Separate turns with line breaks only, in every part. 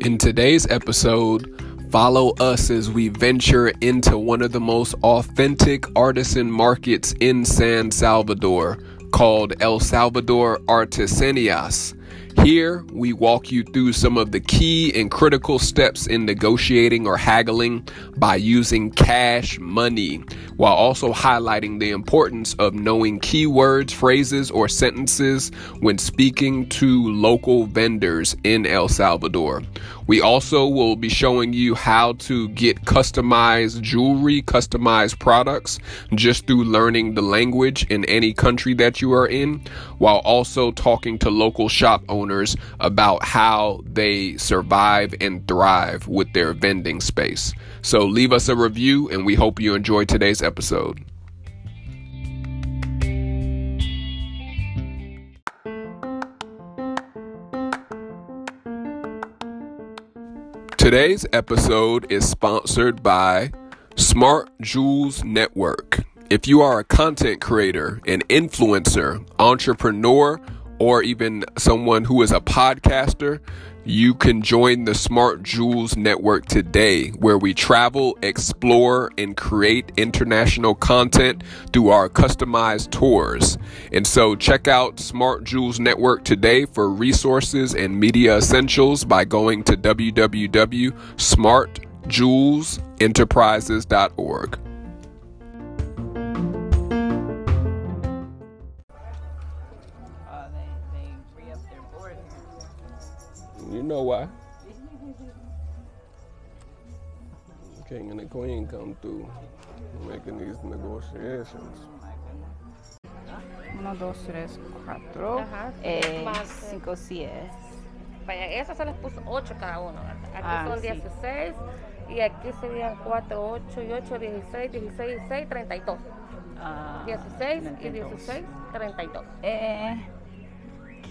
In today's episode, follow us as we venture into one of the most authentic artisan markets in San Salvador called El Salvador Artisanias. Here, we walk you through some of the key and critical steps in negotiating or haggling by using cash money, while also highlighting the importance of knowing keywords, phrases, or sentences when speaking to local vendors in El Salvador. We also will be showing you how to get customized jewelry, customized products just through learning the language in any country that you are in, while also talking to local shop owners about how they survive and thrive with their vending space. So leave us a review, and we hope you enjoy today's episode. Today's episode is sponsored by Smart Jewels Network. If you are a content creator, an influencer, entrepreneur, or even someone who is a podcaster, you can join the Smart Jewels Network today, where we travel, explore, and create international content through our customized tours. And so, check out Smart Jewels Network today for resources and media essentials by going to www.smartjewelsenterprises.org.
Uh, they, they re up their board here.
You know why? King and the Queen come through making these negotiations.
Uno, dos, tres, cuatro.
Ajá,
Eh,
más, eh,
cinco, siete.
Vaya, esas se les puso 8 cada uno, ¿verdad? Aquí
Ah,
son
sí.
16 y aquí serían 4, 8 y 8, 16, 16 y 6, 32.
Ah,
16 y
32.
16, 32.
Eh,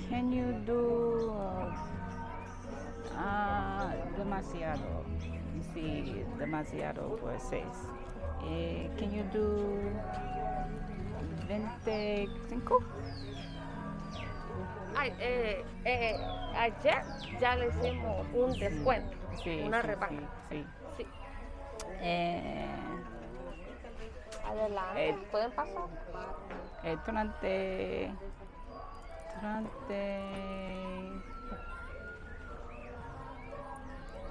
can you do uh, ah, demasiado? Sí, demasiado por seis. Eh, can you do 25?
Ay, eh, eh, ayer ya le hicimos un descuento,
Sí,
una
sí,
rebaja.
sí, sí.
Sí.
Eh,
Adelante,
Eh.
pueden pasar.
eh, durante durante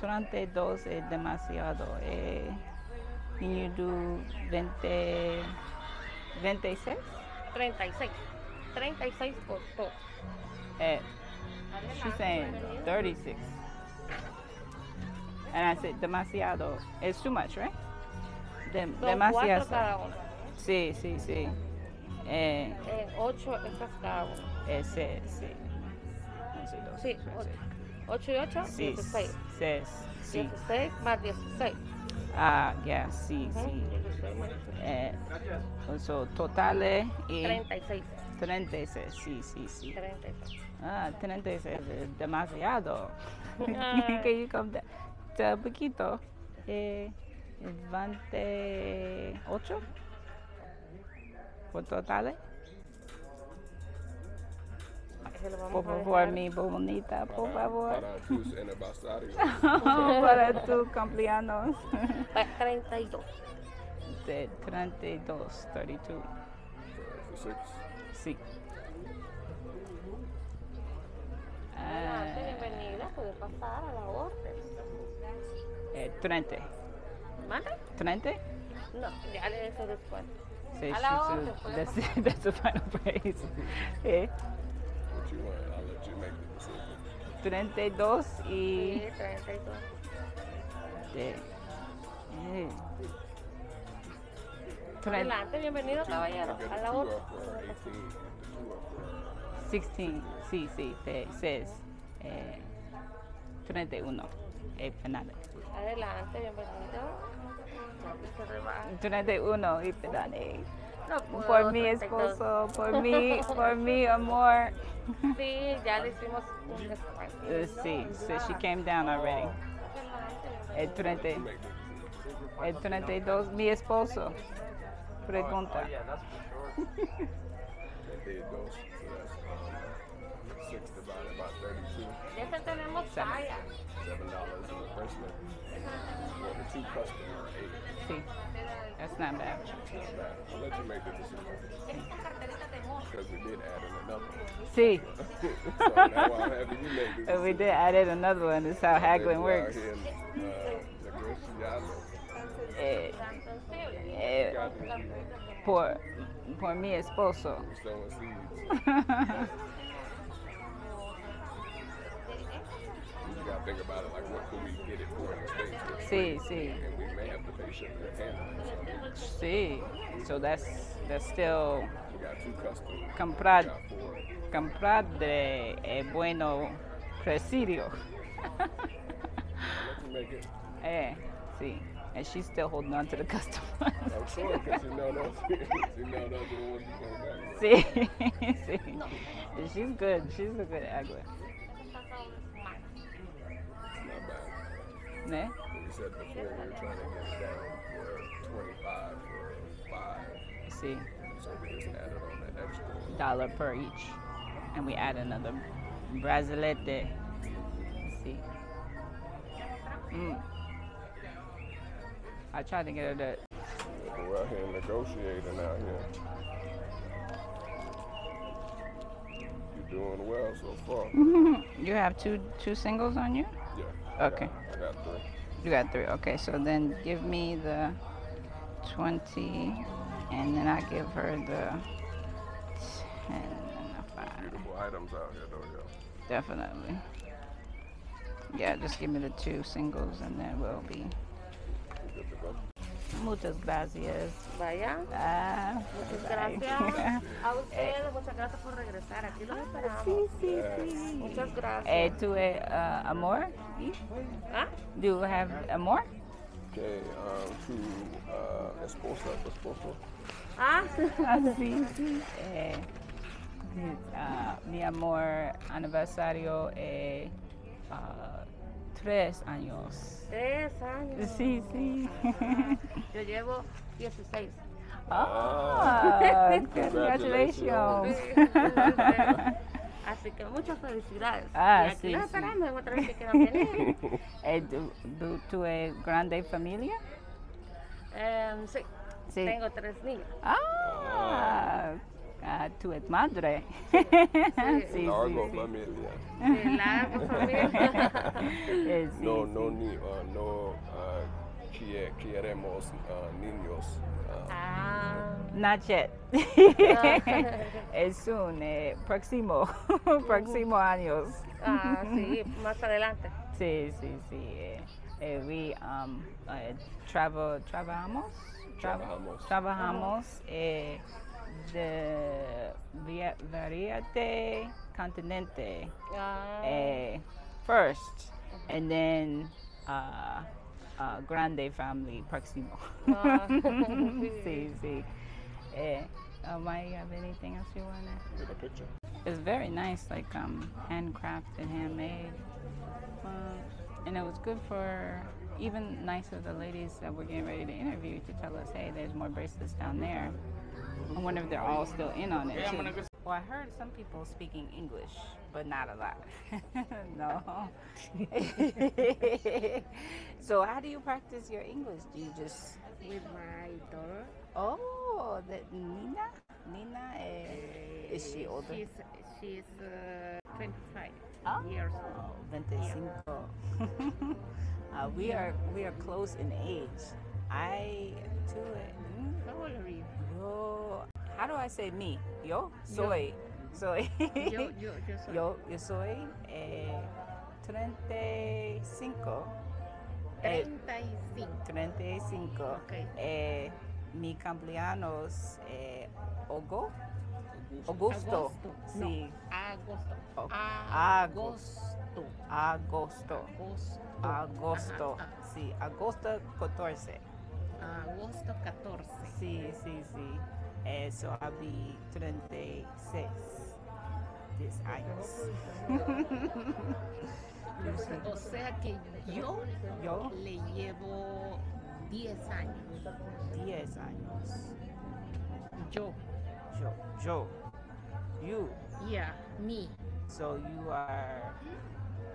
durante dos es demasiado eh, can you do 20 26
36, 36 por todo.
eh, she's saying
Adelante, María.
36 and I said Ah, demasiado it's too much right Dem-
Son
demasiado
cuatro cada uno,
sí sí sí eh,
eh, 8 estas cada uno.
ese sí Once, doce,
Sí,
trece.
8 y 8,
Sí,
16.
sí, sí.
16 más 16.
Ah, ya, sí,
Ujú,
sí.
16 más 16.
Eh, so, totales y
36.
36, sí, sí, sí.
36.
Ah, 36 es demasiado.
Ay.
que yo como de, de poquito. Eh, 28 por eh. totales.
Se lo
Por
vamos a
favor,
dejar.
mi bonita, por favor.
favor.
Para tu cumpleaños.
Pa- 32.
De 32, 32. Sí. Ah,
Adelante, bienvenida. Puede pasar a la orden.
eh, 30.
¿Manda?
30?
No, ya le dejo descuento.
Sí,
A
sí,
la pues.
sí,
orden, puede
that's, that's the final price. Eh, 32 y...
Sí, 32.
de- eh, 30,
Adelante, bienvenido, caballero. A la orden.
16, sí, sí, de, seis, eh, 31, el penal.
Adelante, bienvenido. Y se rebaja.
31 y penales.
No puedo,
Por mi
32.
esposo, por mi, por mi amor.
Sí, ya le hicimos un descuento.
Uh, sí, so she came down already.
Adelante, bienvenido.
El 30, el 32, mi esposo. Pregunta.
De esta tenemos
Seven.
Seven dollars in the first one. For the two customer, eight.
See, that's not bad.
Not bad. I'll let you make the decision. Because we did add in another one.
See,
so now I'm having you make the
but
decision.
we did add in another one. This is how haggling works.
Out here in, uh, Negotiado.
Eh, eh,
Got to you.
por, por mi esposo.
We're sowing seeds. You gotta think about it, like what could we get it for in exchange? for?
see, see,
And we may have to pay shipping and handling. So
see. So that's that's still
we got two customers. We
comprar
got four.
comprar de eh, bueno presidio.
I'll let you make it.
eh, see. And she's still holding on to the customer.
I'm sure, because you know those, you know those are the ones you come back
see,
with.
see. She's good. She's a good angler.
It's not bad.
Né?
We said before we were trying to get it down for 25 for five.
See,
So we just added on that extra one.
dollar per each, and we add another brazalete. See. Mm. I tried to get her to
But We're out here negotiating out here. You're doing well so far.
You have two two singles on you?
Yeah. I
Okay.
got- I got three.
You got three. Okay, so then give me the 20 and then I give her the 10 and the 5.
Beautiful items out here, though, yo.
Definitely. Yeah, just give me the two singles and then we'll be.
We good to go.
Muchas gracias.
Vaya,
Ah,
muchas
bye-bye.
Pues gracias a
Eh.
ustedes, muchas gracias por regresar. Aquí
Ah,
los esperamos. Muchas
Eh,
gracias.
tú, eh, uh, amor? Eh.
¿Ah?
Do you have amor?
Okay, um, to uh, esposa, esposo.
¿Ah?
Así, sí. Eh, ah, mi amor, aniversario es ah, tres años.
Tres años.
Sí, sí.
Yo llevo 16.
Ah,
Congratulations.
congratulations.
Así que muchas felicidades.
Ah,
y aquí
sí,
los
sí.
esperamos en otra vez que viene.
Eh, ¿tú, tú- tú es grande familia?
Em, sí,
Sí.
tengo tres niños.
Ah, ah, tú es madre. Sí, sí,
Largo
sí.
familia.
De largo familia.
Eh, sí,
No,
sí.
no, ni, uh, no, uh, quie- queremos uh, niños. Uh,
Ah,
Not yet. es un eh, próximo, próximo años.
ah, sí, más adelante.
Sí, sí, sí. eh, eh, we um, eh, travel, trabajamos, Tra-
Trabajamos.
trabajamos eh, de via- variante continente
Ah,
eh, first, and then uh, uh, grande family próximo.
Ah.
sí, sí. Eh, uh, why you have anything else you wanna?
get a picture.
It's very nice, like um, handcrafted, handmade, uh, and it was good for even nice of the ladies that we're getting ready to interview to tell us, hey, there's more bracelets down there. I wonder if they're all still in on it too. Well, I heard some people speaking English, but not a lot. no. so, how do you practice your English? Do you just
with my daughter.
oh, the, Nina? Nina, eh, is she older?
She's, she's uh, 25
Oh.
years old.
25. uh, we are we are close in age. I to it. mm,
How old are you?
Yo, how do I say me? Yo soy soy
Yo, yo, yo soy.
yo yo soy eh, 35. Eh,
35.
35.
Okay.
Eh, mi cumpleaños eh, ogo Augusto.
Agosto. No,
Sí,
agosto.
Oh,
Agosto.
agosto.
Agosto. Ah,
Agosto.
Ajá,
Ah.
Sí, agosto 14.
ajá. ah, Agosto 14.
Sí, sí, sí. Eso, I'll be 36 this año.
O sea que yo
Yo,
le llevo 10 años.
10 años.
Yo.
Yo, yo. You.
Yeah, me.
So you are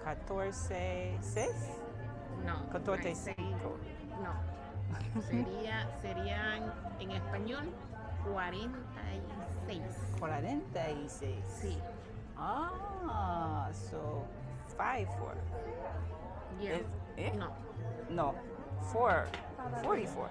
14, 6,
No.
14,
hay seis.
5.
No. Sería, serían en español 46.
46.
Sí.
Ah, so 5, 4.
Yeah.
Is it?
No.
eh? No, 4. 44.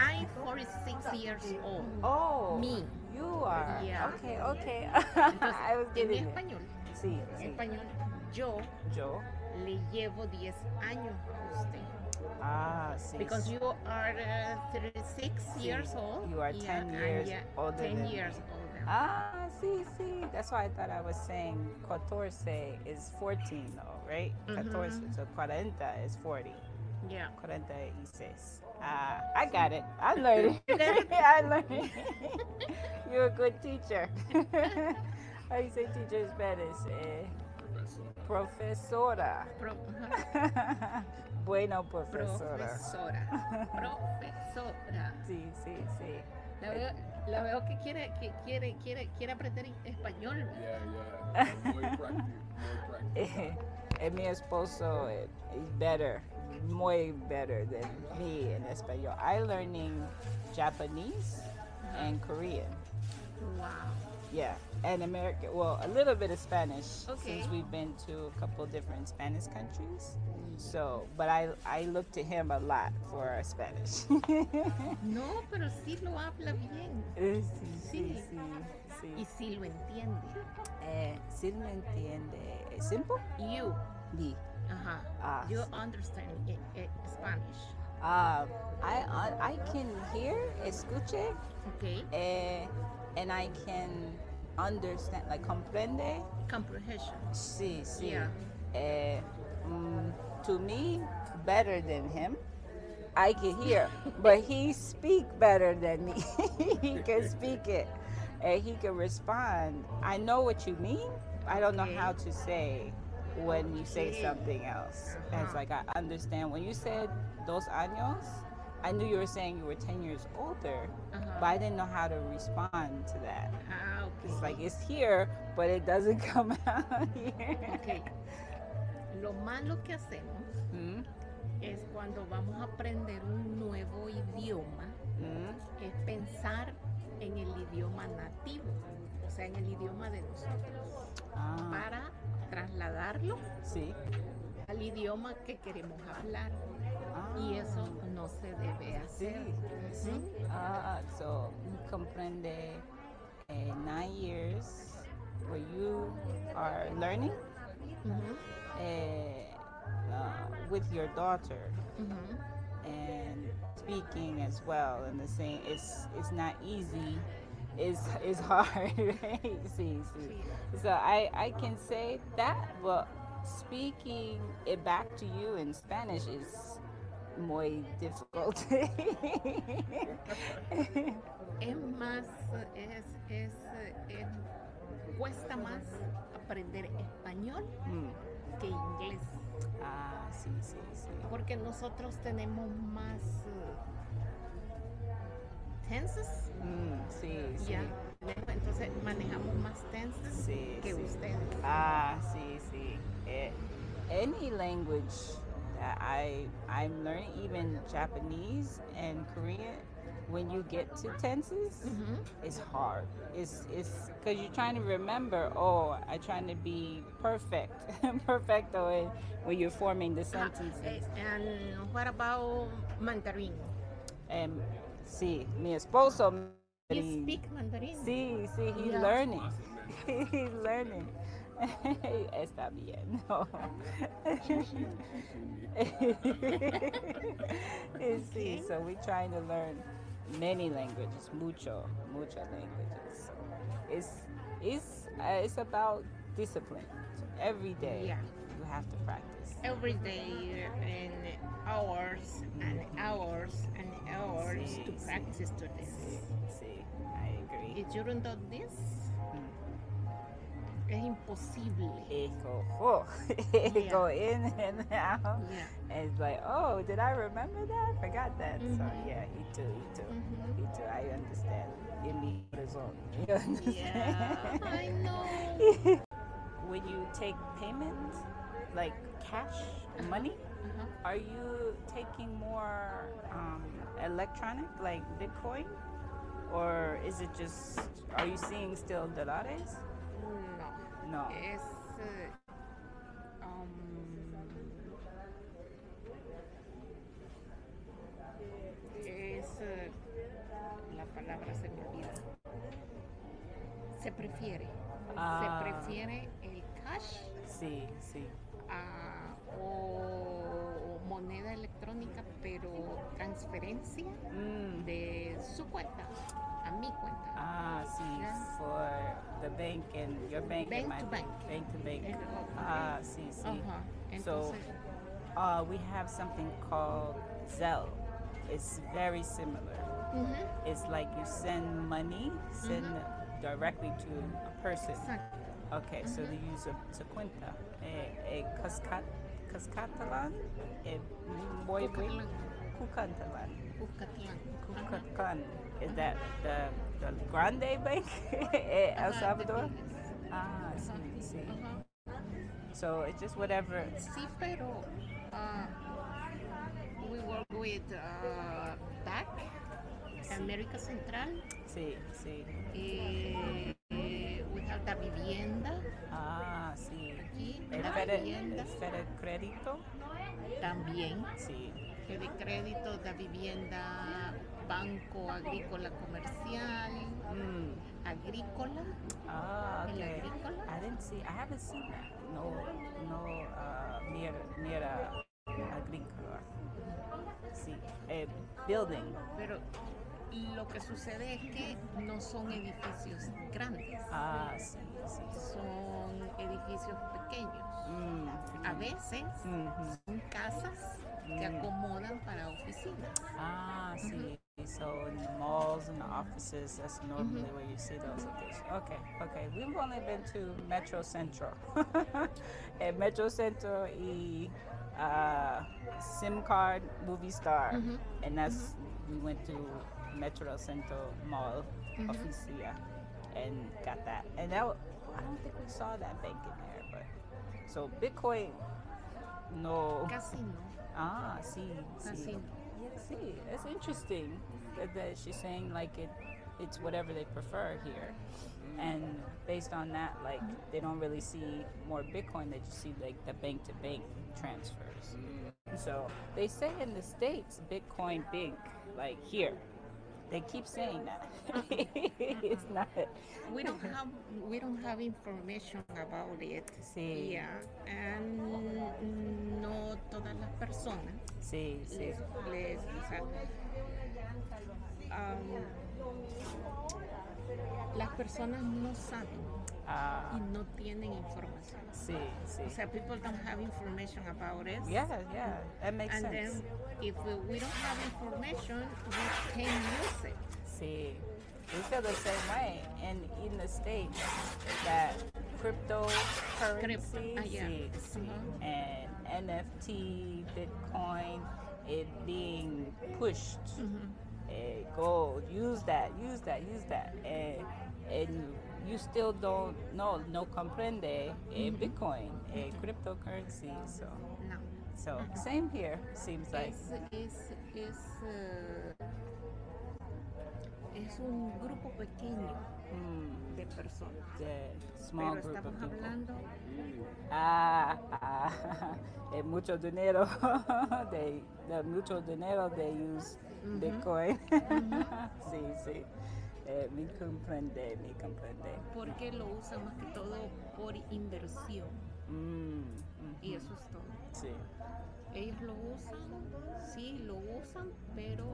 I'm 46 years old.
Oh,
Me.
You are.
Yeah.
Okay, okay.
Entonces,
I was
en
getting it.
español,
Sí,
en
sí.
español, yo
Yo.
le llevo 10 años a usted.
Ah, sí.
Because you are uh, 36 years old.
you are 10
and
years
yeah,
older
10
than me.
years older.
Ah, see, see. That's why I thought I was saying catorce is 14, though, right? Catorce. So cuarenta is 40.
Yeah.
Cuarenta y seis. Ah, I got it. I learned it. I learned it. You're a good teacher. How you say teacher in Spanish? Eh, profesora.
Pro- ajá.
bueno, profesora.
profesora. Profesora.
Sí, sí, sí.
La veo, la veo que quiere, que quiere, quiere, quiere aprender español.
Yeah, yeah. Muy práctico, muy práctico.
Eh, and mi esposo eh, is better, way better than me in español. I learning Japanese and Korean.
Wow.
Yeah, and American. Well, a little bit of Spanish
Okay.
since we've been to a couple different Spanish countries. So, but I I look to him a lot for Spanish.
No, pero sí lo habla bien.
Eh, sí,
Sí.
sí.
Y sí lo entiende.
Eh, sí me entiende. ¿Es simple?
You.
Sí.
Ajá.
Ah,
You understand eh, eh, Spanish.
Um, I, I I can hear, escuche,
Okay.
eh, and I can understand, like comprende.
Comprehension.
Sí, sí.
Yeah.
Eh, mm, to me, better than him. I can hear, but he speak better than me. he can speak it, and he can respond. I know what you mean. I don't know
Okay.
how to say when you say
Okay.
something else. It's
Uh-huh.
like I understand when you said dos años. I knew you were saying you were ten years older,
Ajá.
but I didn't know how to respond to that.
Ah, okay.
It's like it's here, but it doesn't come out here.
Ok. Lo malo que hacemos
Mm,
es cuando vamos a aprender un nuevo idioma,
mm.
es pensar en el idioma nativo, o sea, en el idioma de nosotros,
Ah,
para trasladarlo
sí.
al idioma que queremos hablar.
Ah,
Y eso no se debe
sí,
hacer.
sí. Ah, so you comprende eh, nine years where you are learning
Ujú,
eh, uh, with your daughter
ujú.
and speaking as well and the same. It's it's not easy. It's it's hard. Right? See, see.
Sí.
So I, I can say that, but speaking it back to you in Spanish is muy difficult. Mm.
Es más, es, es, es- cuesta más aprender español
Mm.
que inglés,
Ah, sí, sí, sí.
porque nosotros tenemos más eh, tenses.
Mm, sí, sí.
Ya, tenemos- entonces manejamos más tenses
Sí,
que
sí.
ustedes.
Ah, sí, sí. Eh, any language that I I'm learning, even Japanese and Korean, when you get to tenses,
Ujú.
it's hard. It's it's because you're trying to remember. Oh, I'm trying to be perfect, perfecto in, when you're forming the
Ah,
sentences.
eh, and what about Mandarin?
And sí, mi esposo.
You
me-
speak Mandarin?
Sí, sí, he's
Yeah.
learning. he's learning. Está bien. No. sí, so we're trying to learn many languages, mucho, mucho languages. It's it's uh, it's about discipline. Every day
Yeah.
you have to practice.
every day and hours and hours and hours
Sí,
to
sí.
practice to this.
Sí, I agree.
If you don't do this, mm, es imposible.
It go, oh, it
Yeah.
go in and out.
Yeah.
And it's like, oh, did I remember that? I forgot that. So
Mhm.
yeah, he too, he too,
Mhm.
he too. I understand. In me, corazón. You understand?
Yeah, I know.
when you take payment, like cash money? Are you taking more um, electronic, like Bitcoin, or is it just? Are you seeing still dólares?
No.
No.
Es. eh, um, es. eh, la palabra se me olvida. Se prefiere.
Ah.
Se prefiere el cash
Sí, sí.
a- o moneda electrónica, pero transferencia
Mm.
de su cuenta a mi cuenta.
Ah, sí,
Yeah.
for the bank and your bank and
Bank
my
to bank.
Bank to bank.
Eh, oh,
Ah, sí, sí.
Ajá.
So,
Entonces.
uh, we have something called Zelle. It's very similar.
ujú.
It's like you send money, send
Mm-hmm.
directly to a person.
Exacto.
Okay, so they
Mm-hmm.
use a se cuenta, a, a Cuscat, Cuscatalan, a boy,
Cucatlan.
Cucatalan,
Cuscatlán. Ajá.
Cucatlan. Is that the, the Grande Bank in El
Ajá,
Salvador?
depende.
Ah, sí, sí.
Ajá.
So it's just whatever.
Sí, pero ah, we work with uh, DAC, América Central,
Sí, sí.
eh, eh, we have la vivienda
Ah, sí.
aquí,
El
la
Fede,
vivienda
el Fede Crédito,
también,
sí.
que de crédito, la vivienda, banco, agrícola comercial,
Mm.
agrícola,
Ah,
¿El
okay.
agrícola?
I didn't see. I haven't seen that. No, no, uh, near, near a agrícola. Sí, eh, building.
pero lo que sucede es que no son edificios grandes,
Ah, sí, sí.
son edificios pequeños.
Mm,
A veces
mhm.
son casas que
Mm.
acomodan para oficinas.
Ah, sí. So in the malls and the offices, that's normally where you see those locations. Okay, okay. We've only been to Metro Central. and Metro Central y uh, SIM card movie star. And that's, we went to Metro Central Mall Oficia and got that. And that, wa- I don't think we saw that bank in there, but, so Bitcoin, no.
Casi no,
Ah, sí,
casi
sí.
no.
See, it's interesting that, that she's saying like it, it's whatever they prefer here, and based on that, like they don't really see more Bitcoin. They just see like the bank to bank transfers. So they say in the states, Bitcoin big, like here. They keep saying that it's not.
We don't have we don't have information about it.
Sí.
Yeah. And no todas las personas
Sí, sí.
les, les o sea, um, las personas no saben
Ah,
y no tienen información.
sí, sí.
O sea, people don't have information about it.
Yeah, yeah. That makes
And
sense.
then if we, we don't have information, we can use it.
See, we feel the same way and in the states that cryptocurrency
Crypto, ah, yeah.
see, see,
Uh-huh.
and NFT, Bitcoin, it being pushed.
Mm-hmm.
eh, gold, use that, use that, use that, and and you still don't know, no comprende eh,
Mm-hmm.
Bitcoin, eh, cryptocurrency. So,
No.
so
Mm-hmm.
same here seems like.
Es, es, es, eh, es un grupo pequeño
mm,
de personas.
the eh, small
Pero
group of
estamos
people.
hablando
Ah, ah, es mucho dinero. they, the mucho dinero they use Bitcoin. sí, sí. Eh, me comprende, me comprende.
porque lo usan más que todo por inversión.
Mm, mm,
Y eso es todo.
sí.
Ellos lo usan, sí, lo usan, pero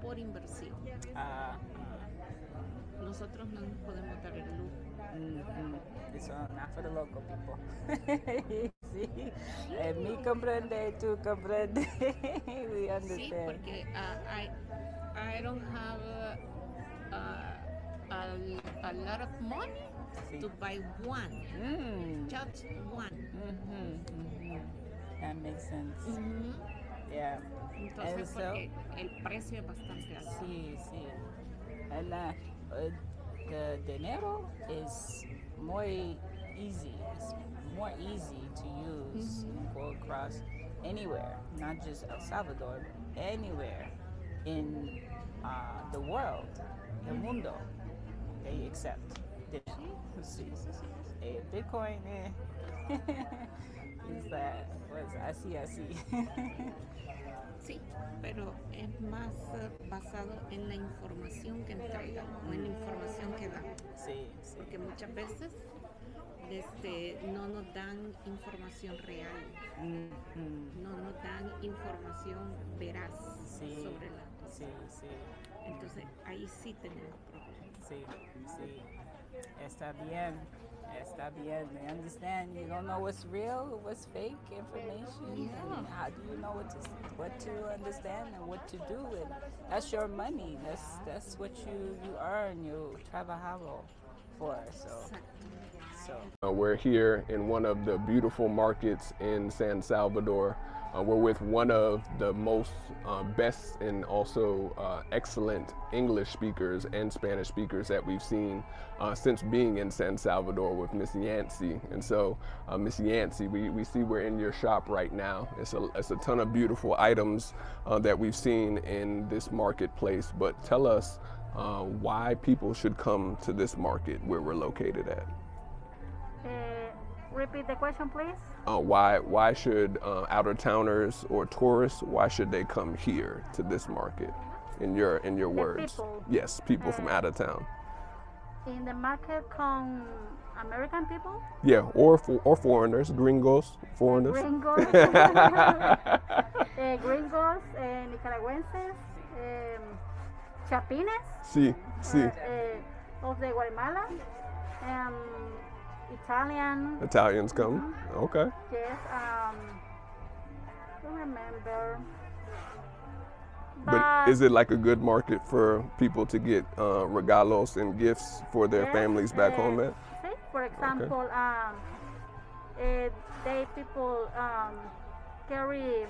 por inversión.
Ah,
Nosotros no nos podemos dar el lujo.
mm, mm. It's all not for the local people. sí. Eh, me comprende, tú comprende. We
Sí,
understand.
porque ah, I, I don't have ah, a, a lot of money
Sí.
to buy one,
Mm,
just one.
mhm, mhm. That makes sense. Yeah.
Entonces,
Eso.
porque el precio es bastante alto.
Sí, sí. eh, El, ah, el- el dinero es muy easy. It's more easy to use
Mm-hmm.
and go across anywhere, not just El Salvador, but anywhere in uh, the world, the mundo. They accept digital. Eh, Bitcoin, eh. is that was I see, I see.
Sí, pero es más eh, basado en la información que entrega o en la información que da.
sí, sí.
Porque muchas veces este, no nos dan información real,
Mm, mm,
no nos dan información veraz
Sí.
sobre la cosa.
sí, sí,
Entonces ahí sí tenemos problemas.
sí, sí. Está bien, está bien. I understand. You don't know what's real, what's fake information. And how do you know what to what to understand and what to do? And that's your money. That's that's what you you earn. You trabajo for. So
Exacto.
so.
Uh, we're here in one of the beautiful markets in San Salvador. Uh, we're with one of the most uh, best and also uh, excellent English speakers and Spanish speakers that we've seen uh, since being in San Salvador with Miss Yancey. And so, uh, Miss Yancey, we, we see we're in your shop right now. It's a, it's a ton of beautiful items uh, that we've seen in this marketplace. But tell us uh, why people should come to this market where we're located at.
Uh, repeat the question, please.
uh, why why should uh, out of towners or tourists why should they come here to this market in your in your words
people.
yes people from out of town
In the market come American people,
yeah or for, or foreigners gringos foreigners
gringos, uh, gringos, uh, nicaragüenses, um, chapines
see see
uh, uh, of the Guatemala, um, Italian.
Italians come
Mm-hmm.
okay
Yes, um, don't remember.
but is it like a good market for people to get uh, regalos and gifts for their
Yes,
families back
uh,
home at
See, for example, um, uh, they people um, carry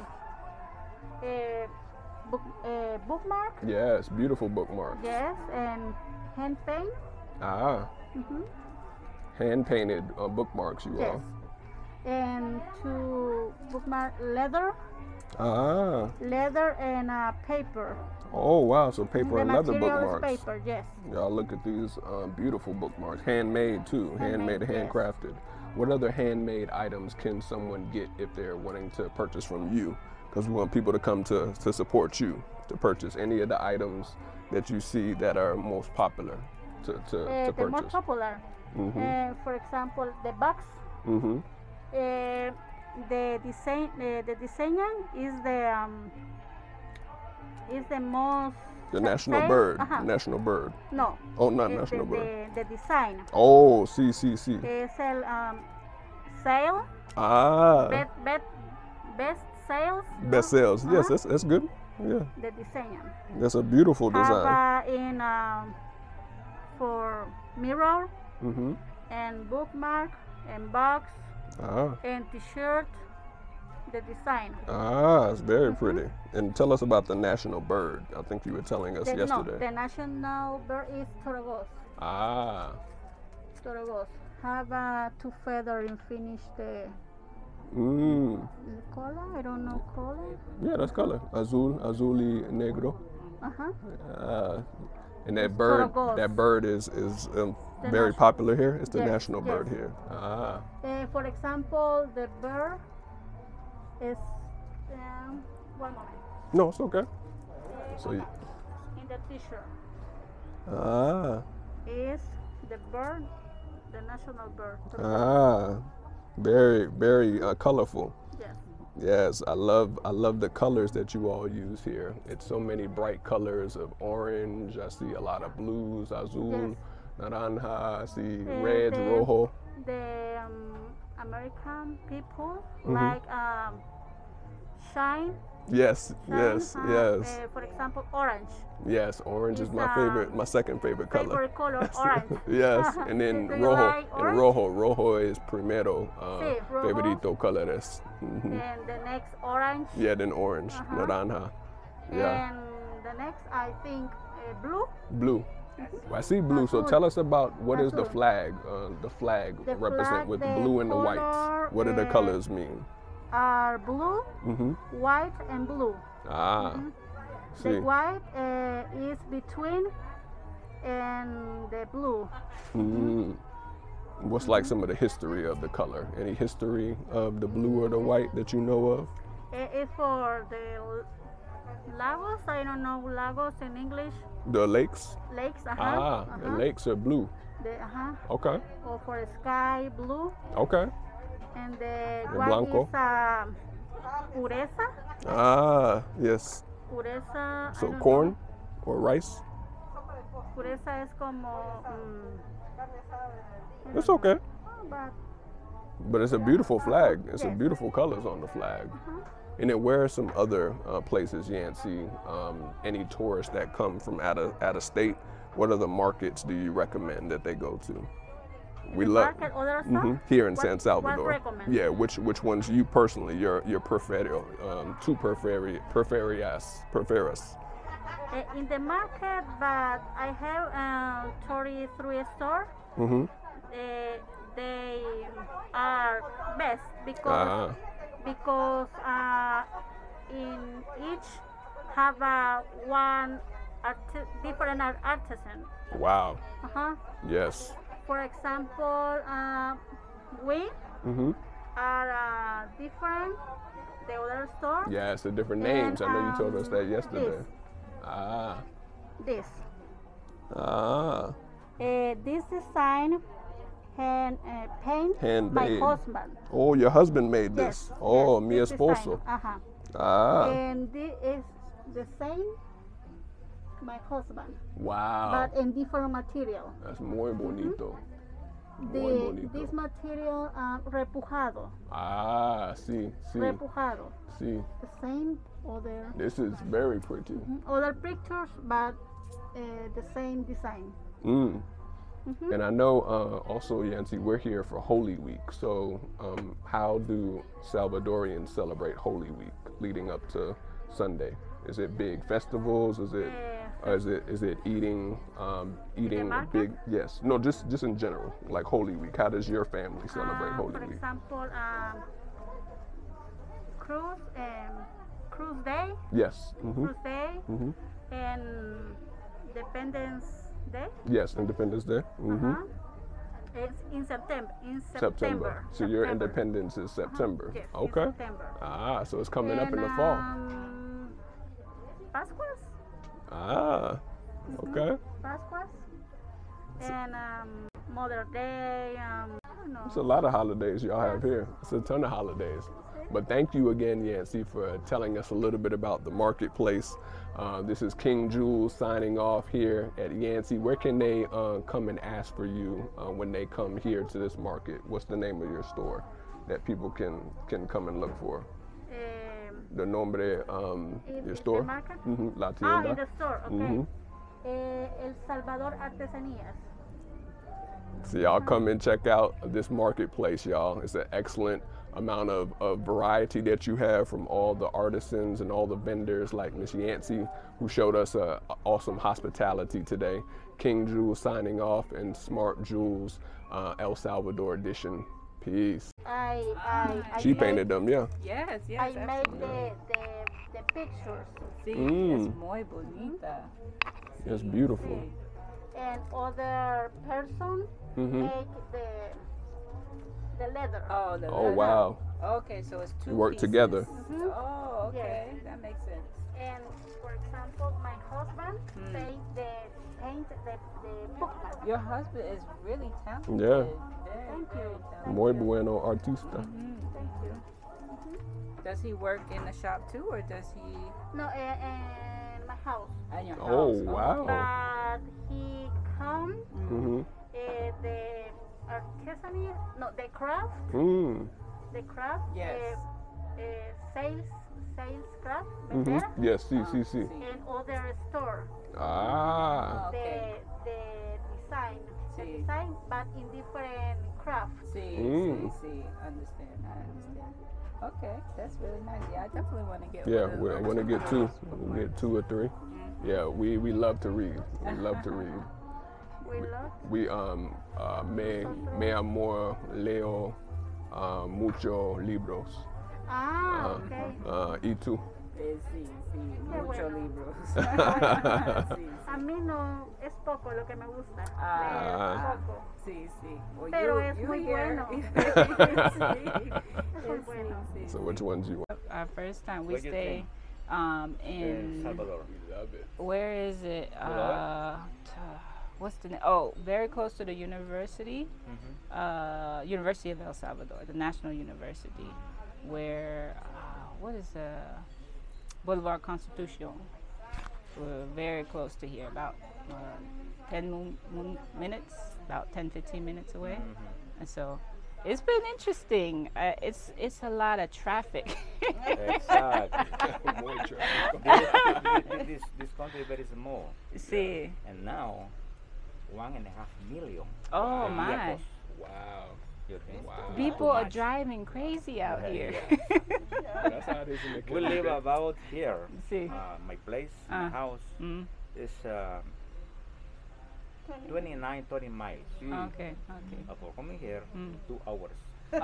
a book, a bookmark,
yes beautiful bookmark
yes, and hand paint,
ah
mhm,
hand painted uh, bookmarks you
yes,
all
and to bookmark leather,
ah
leather and uh, paper.
oh wow so paper
the
and leather
material is
bookmarks
paper, yes.
Y'all look at these uh, beautiful bookmarks, handmade too, handmade,
Handmade, yes.
handcrafted. What other handmade items can someone get if they're wanting to purchase from you? Because we want people to come to, to support you to purchase any of the items that you see that are most popular to, to,
Uh,
to
the most
purchase.
popular,
Mm-hmm.
uh, for example, the box.
Mm-hmm.
Eh, the design eh, the designer is the um, is the most
The national
same-
bird,
ajá.
national bird.
no
Oh, not
it's the,
national bird.
the, the design
Oh, see, see, see.
es el um, sale
Ah,
bet, bet, best sales
best sales. Yes,
Ajá.
that's, that's good. Yeah,
the designer
that's a beautiful design.
have uh, in um, for mirror
Mm-hmm.
and bookmark and box
Ah.
and t-shirt the design
Ah, it's very pretty. And tell us about the national bird. I think you were telling us
the, no,
yesterday.
the national bird is Torogos.
Ah,
Torogos have uh, two feather and finish the
mm.
the color. I don't know color.
yeah, that's color. Azul, azuli negro.
Uh huh.
Uh, and that
It's
bird,
Coragos.
that bird is is um,
The
very
nation-
popular here. It's the
Yes,
national
yes.
bird here. Ah,
Uh, for example, the bird is um, one moment
no, it's okay. So, you-
in the T-shirt
ah,
is the bird, the national bird. Torogos.
ah, very very uh, colorful.
Yes.
Yes, I love I love the colors that you all use here. It's so many bright colors of orange. I see a lot of blues, azul,
Yes.
naranja. I see
Eh,
reds,
the-
rojo.
The um, American people
Mm-hmm.
like um, shine.
Yes,
shine,
yes,
huh?
yes,
Uh, for example, orange.
yes. Orange is
it's,
my favorite,
um,
my second favorite color.
Favorite color orange.
yes, and then
Do you
rojo.
like
and
orange?
rojo, rojo is primero uh,
Sí, rojo.
favorito colores. Mhm.
And the next orange.
Yeah, then orange,
Ajá. Eh,
naranja. Yeah,
And the next, I think, uh, blue.
blue. Well, I see blue. So
Azul.
tell us about what is the
Azul.
flag? Uh, the flag
The
represent
flag,
with
the
blue and the whites.
color,
What do the
uh,
colors mean?
Are blue,
Mm-hmm.
white, and blue.
Ah,
Mhm.
see.
The white uh, is between and the blue.
Mm. What's like some of the history of the color? Any history of the blue or the white that you know of?
Eh, eh, for the l- lagos, I don't know lagos in English.
The lakes.
Lakes, uh-huh.
Ah,
uh-huh.
the lakes are blue.
The, uh-huh.
Okay.
Or for the sky blue.
Okay.
And the,
The
white
blanco.
is uh, pureza.
Ah, yes.
Pureza. I
So
don't know.
corn or rice?
Pureza es como. mm, I
It's
don't know.
okay.
But
But it's a beautiful flag. It's some
Yes.
beautiful colors on the flag.
Uh-huh.
And then where are some other uh, places, Yancy? Um, any tourists that come from out of out of state? What other markets do you recommend that they go to? We
the
love
market, other stuff?
Mhm, here in
What-
San Salvador.
What recommend?
yeah, which which ones you personally, your your preferio, um, two perferi, perferias, preferas.
Eh, in the market, but I have um, 33 store.
Mm-hmm.
eh, they are best because
Ah.
because uh, in each have a one arti- different art- artisan.
Wow.
Uh-huh.
Yes.
For example, uh, we
Mm-hmm.
are uh, different the other store.
Yeah, it's the different
And,
names. I know you told us that
um,
yesterday.
this.
Ah.
This
Ah.
Eh, this design and uh, paint
Hand
my
made.
husband.
Oh, your husband made this.
Yes,
oh,
yes,
mi
this design.
esposo.
Uh-huh.
Ah.
and this is the same my husband
Wow.
but in different material
That's muy bonito. Muy
Mm-hmm. the, this
bonito.
material uh, repujado
Ah, sí, sí,
repujado
sí.
the same other
This is very pretty.
other pictures but uh, the same design
Mm.
Mm-hmm.
And I know uh, also, Yancy, we're here for Holy Week. So, um, how do Salvadorians celebrate Holy Week leading up to Sunday? Is it big festivals? Is
Mm.
it or is it is it eating um, eating
market?
big? Yes. No, just just in general, like Holy Week. How does your family celebrate
Uh, for
Holy Week?
example um, cruise um, cruise day
Yes. hmm
cruise day
Mhm.
and dependence day
Yes. Independence Day. hmm
Uh-huh. It's in September. In September.
September. So your
September. Uh-huh.
independence is September.
Yes, in
Okay.
September.
Ah, so it's coming up in the
And,
fall.
Um, Pascuas.
Ah, okay.
Pascuas. And um, Mother Day. Um, I don't know.
It's a lot of holidays y'all have here. It's a ton of holidays. But thank you again, Yancy, for telling us a little bit about the marketplace. Uh, this is King Jules signing off here at Yancey. Where can they uh, come and ask for you uh, when they come here to this market? What's the name of your store that people can can come and look for?
Um,
The nombre um,
In
your
the
store?
market?
hmm La
Eh, ah,
tienda.
in the store. Okay.
Mhm.
Eh, El Salvador Artesanías.
So y'all come and check out this marketplace, y'all. It's an excellent amount of, of variety that you have from all the artisans and all the vendors like Miss Yancey, who showed us uh, awesome hospitality today. King Jules signing off and Smart Jules uh, El Salvador edition. Peace.
I, I, I
Ah. She
made-
painted them, yeah.
Yes, yes.
I
absolutely.
made the, the, the pictures
Sí,
Mm.
es muy bonita.
It's beautiful.
and other person
hmm
make the the leather.
Oh, the
Oh
leather.
wow.
Okay, so it's two.
You work
pieces.
together.
Mhm.
Oh,
Yes.
okay, that makes sense.
And for example, my husband
Mm.
paint the paint the, the bookmark.
Your husband is really talented.
Yeah.
Very,
Thank
very
you.
talented.
Muy bueno artista.
Mhm.
Thank you.
Mm-hmm. Does he work in the shop too, or does he
No, uh, and my house.
at your
Oh
house?
wow.
But he come
hmm
uh, the ah, artisanal, no, the craft,
Mm.
the craft.
Yes.
Uh, uh, sales, sales craft,
hmm
vendera,
Yes, see, see, see.
and other store.
Ah.
Okay.
The the design, the
Sí.
design, but in different craft.
See,
Mm.
see, see. Understand. I understand. Okay, that's really nice. Yeah, I definitely want to get.
Yeah,
one of
we
those.
want to get two. We'll get two or three. Yeah, we, we love to read. We love to read.
We love.
We um uh, me me amor leo uh, mucho libros.
Ah,
Uh,
okay.
uh, y tú?
Eh, sí, sí,
Qué
muchos
bueno.
libros. sí,
A mí no, es poco lo que me gusta.
Ah.
leer, poco.
sí, sí. Well,
Pero es muy bueno.
sí,
Es muy bueno.
sí,
So
sí.
which ones you want?
Our first time we
Where'd you
stay um, in
Salvador.
Love it.
where is it? Uh, t- what's the name? Oh, very close to the university, uh, University of El Salvador, the National University, where uh, what is the Boulevard Constitutional? We're very close to here, about uh, 10 moon, moon minutes, about 10, 15 minutes away. And so it's been interesting. Uh, it's, it's a lot of traffic.
Exactly.
More traffic.
this, this, this country is very small.
See,
And now, one and a half million.
oh
vehicles.
my.
Wow.
You think?
People
Too
are
much.
driving crazy out
Yeah,
here.
That's how it is in the
We live
Caribbean.
about here.
See.
Uh, my place,
Uh.
my house
Mm.
is um 29, 30 miles.
Mm.
Okay, okay.
Uh, for coming here,
Mm.
two hours.
Oh,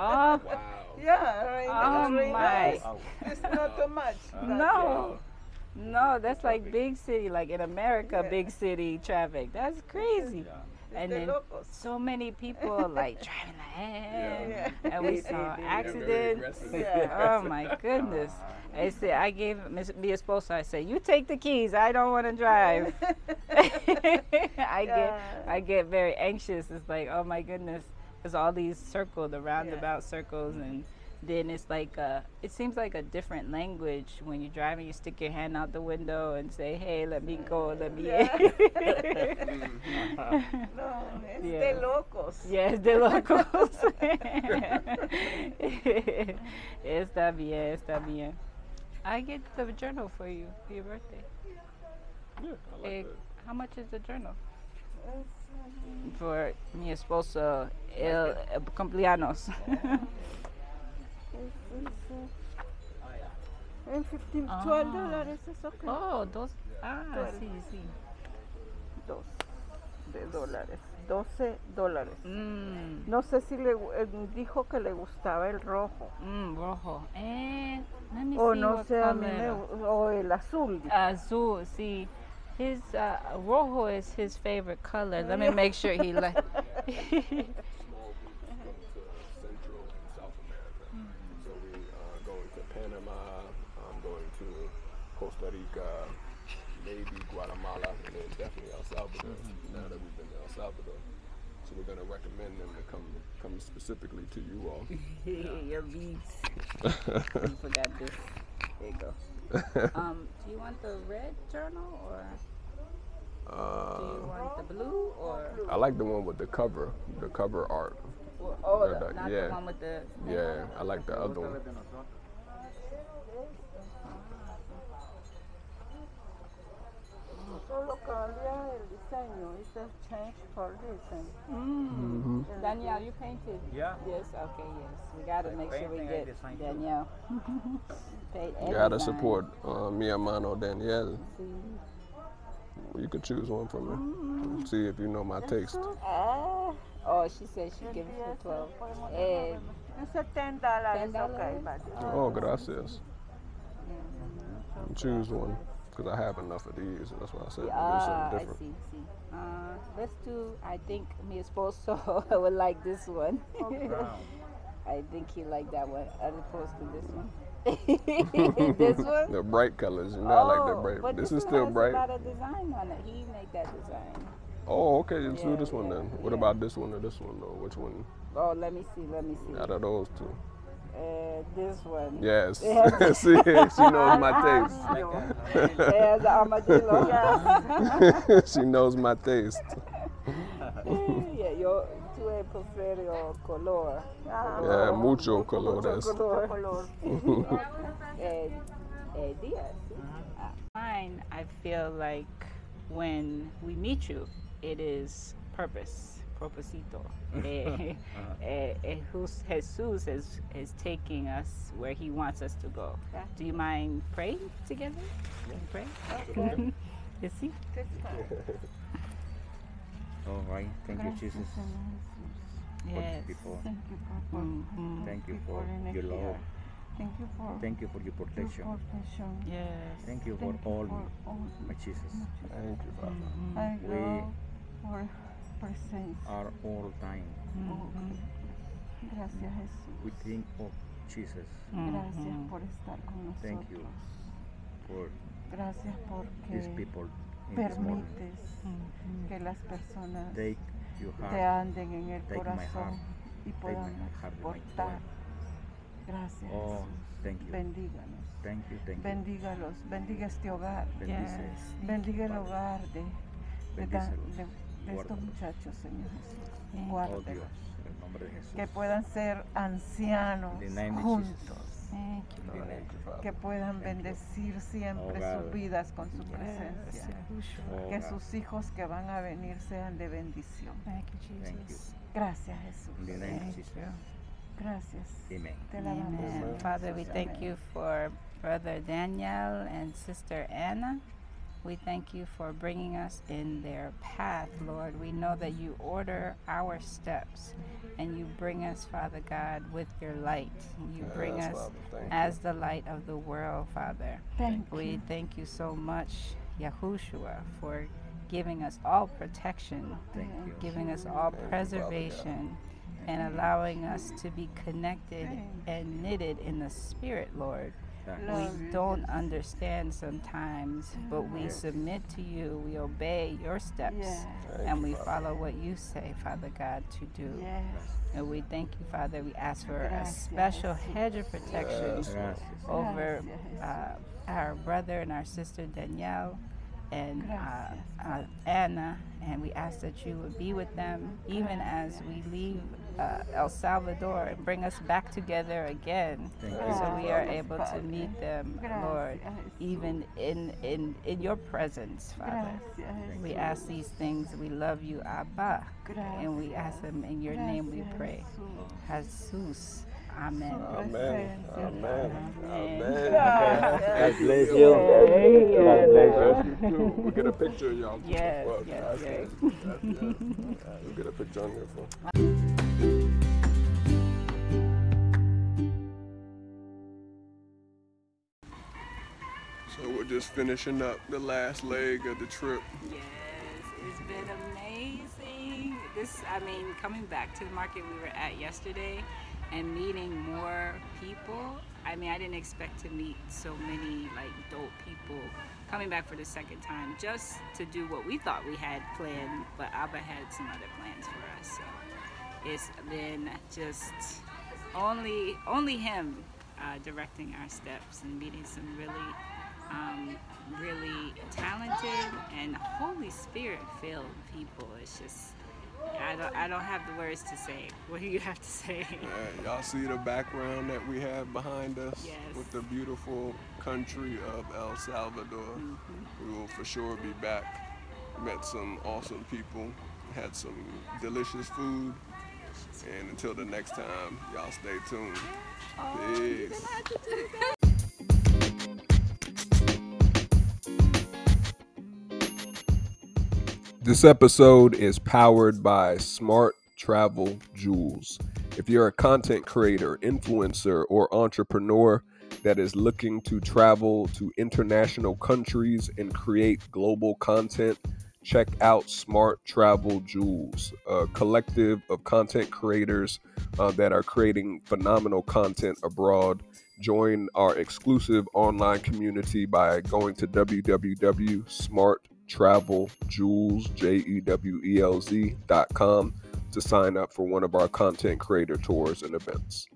Wow.
Yeah, I mean,
Oh
Ah,
that's really
my.
nice.
Two hours.
It's not too much. but-
no. No, that's like
Uh, Traffic.
big city, like in America,
Yeah.
big city traffic. That's crazy.
Yeah.
And
the
then
locals.
so many people like driving ahead.
Yeah.
And we
They- they-
saw
they-
accidents.
Yeah.
Oh my goodness. I said, I gave Miss Mia Sposa, I said, you take the keys. I don't want to drive. I
Yeah.
get I get very anxious. It's like, oh my goodness, there's all these circles, the roundabout circles, and then it's like a, it seems like a different language when you're driving. You stick your hand out the window and say, hey, let me go, let me in.
No, it's
Yeah.
the locals.
yes, the locals. está bien, está bien. I get the journal for you for your birthday.
Yeah, I like
Eh,
that.
how much is the journal? For mi esposo, el eh, cumpleaños.
And 15,
Ah.
12 dólares es okay.
oh, dos. Ah, sí, sí.
Dos de dólares. 12 dólares.
Mmm,
No sé si le gu- eh, dijo que le gustaba el rojo.
mmm, rojo. Eh, let me see
O Oh, no
what
sé, a mí me
color.
gu- o el azul.
Azul, see. His uh, rojo is his favorite color. Let me make sure he like.
uh, Central and South America. So we are going to Panama, I'm going to Costa Rica, maybe Guatemala, and then definitely El Salvador. Now that we've been to El Salvador, so we're going to recommend them to come come specifically to you all.
Your beads. you forgot this. There you go. Um, do you want the red journal or do you
Uh,
want the blue or
I like the one with the cover, the cover art.
or- oh
Red, uh,
the, not
yeah.
the one with the
Yeah, I like the other one.
Solo cambia el diseño. It's a change for design.
Mm.
Mm-hmm.
Danielle? You painted.
Yeah.
Yes. Okay. Yes. We gotta
I
make sure we
painting, I
get
design too.
Danielle. Paint
You gotta
everything.
support uh, Mia Mano Danielle.
See?
You could choose one from her. See if you know my taste.
Ah. Oh, she said she gives you twelve. Eh,
It's a 10 dólares. Ah,
$10.
Okay, buddy.
Oh, gracias. Choose one, because I have enough of these, and that's why I said do
ah,
something
I
different.
see. See. Uh, let's do. I think mi esposo would like this one. I think he liked that one as opposed to this one. this one.
The bright colors, you know, I like the
Oh,
bright.
but
This is still
has A
bright.
lot of design on it. He made that design.
Oh, okay, let's do
Yeah,
this one
yeah,
then. What
yeah.
about this one or this one though? Which one
Oh, let me see. Let me see.
out of those two?
Uh, this one.
Yes. see, she knows my
Yeah, the armadillo.
taste. she knows my taste.
yeah, yo tu es preferio color.
Yeah, mucho colores.
Color.
Ah, Color.
Eh, eh, Diaz.
Uh-huh. Mine, I feel like when we meet you, it is purpose, propósito. Eh,
Uh-huh.
eh, eh, who's- Jesus is, is taking us where he wants us to go. Do you mind praying together? Can we Pray. Okay.
This one.
All right. Thank you, Jesus. For
Yes.
these people.
Thank you, God, for
Mhm.
Thank you
people
for
in
your
here.
love.
Mm. Thank you for
Thank you for your
your
protection.
protection.
Yes.
Thank you for
Thank you
all,
for all
my Jesus.
Thank you, Father.
I
We-
go for presence.
Our all time.
Gracias Jesús.
We think of Jesus.
Gracias por estar con nosotros.
Thank you for
Gracias
these
porque
people in this morning.
permites que las personas
este Take your
te
heart.
anden en el
Take my heart.
corazón
Take
y
my
puedan
heart with my
exportar.
prayer.
Gracias
Oh,
Jesús.
thank you.
Bendíganos.
Thank you. Thank you.
Bendígalos. Bendiga este hogar.
Bendice.
Bendiga el
Padre.
hogar de, de, ta-
Bendícelos.
de- de estos
Guárdalos.
muchachos, Señor Jesús.
Oh Dios,
Guárdelos.
en el nombre de Jesús.
Que puedan ser ancianos
In the name of
juntos.
In the name of Father.
Que puedan
Thank you.
bendecir siempre
Hogar.
sus vidas con su presencia.
Oh,
Que
God.
sus hijos que van a venir sean de bendición.
Thank you.
Gracias, Jesús.
In the name of Jesus.
Gracias.
Amen.
Te
Amen.
alabamos.
Father, we thank you for Brother Daniel and Sister Anna. We thank you for bringing us in their path, Lord. We know that you order our steps and you bring us, Father God, with your light. You bring
Yes,
us
Father, thank you.
as the light of the world, Father.
Thank
We thank you so much, Yahushua, for giving us all protection
Thank you.
giving us all
Thank you, Father God.
preservation and allowing us to be connected and knitted in the spirit, Lord. We don't understand sometimes, but we submit to you, we obey your steps,
Yes.
and we follow what you say, Father God, to do.
Yes.
And we thank you, Father. We ask for a
Gracias,
special hedge of protection
Yes.
Gracias.
over
Gracias,
uh, our brother and our sister Danielle and uh,
Gracias,
uh, Anna, and we ask that you would be with them even as we leave uh, El Salvador and bring us back together again,
Thank
you.
so we are
Gracias,
able to
Padre.
meet them, Lord,
Gracias,
even in in in your presence, Father.
Gracias,
We
Jesús.
ask these things. We love you, Abba, and we ask
Gracias.
them in your name. We
Gracias,
pray,
Jesús.
Jesus, Amen.
Amen. Amen. Amen.
God bless you. God bless
Yes, you do. We get a picture, y'all.
Yes,
Well,
yes, yes.
yes, yes. We get a picture on here for. So we're just finishing up the last leg of the trip.
Yes, it's been amazing. This, I mean, coming back to the market we were at yesterday and meeting more people. I mean, I didn't expect to meet so many like dope people coming back for the second time just to do what we thought we had planned, but Abba had some other plans for us. So it's been just only only him uh, directing our steps and meeting some really um, really talented and Holy Spirit filled people. It's just I don't I don't have the words to say. What do you have to say?
And y'all see the background that we have behind us
Yes.
with the beautiful country of El Salvador. We will for sure be back. Met some awesome people, had some delicious food, and until the next time, y'all stay tuned. Peace. This episode is powered by Smart Travel Jewels. If you're a content creator, influencer, or entrepreneur that is looking to travel to international countries and create global content, check out Smart Travel Jewels, a collective of content creators uh, that are creating phenomenal content abroad. Join our exclusive online community by going to E www.smarttraveljewels.com to sign up for one of our content creator tours and events.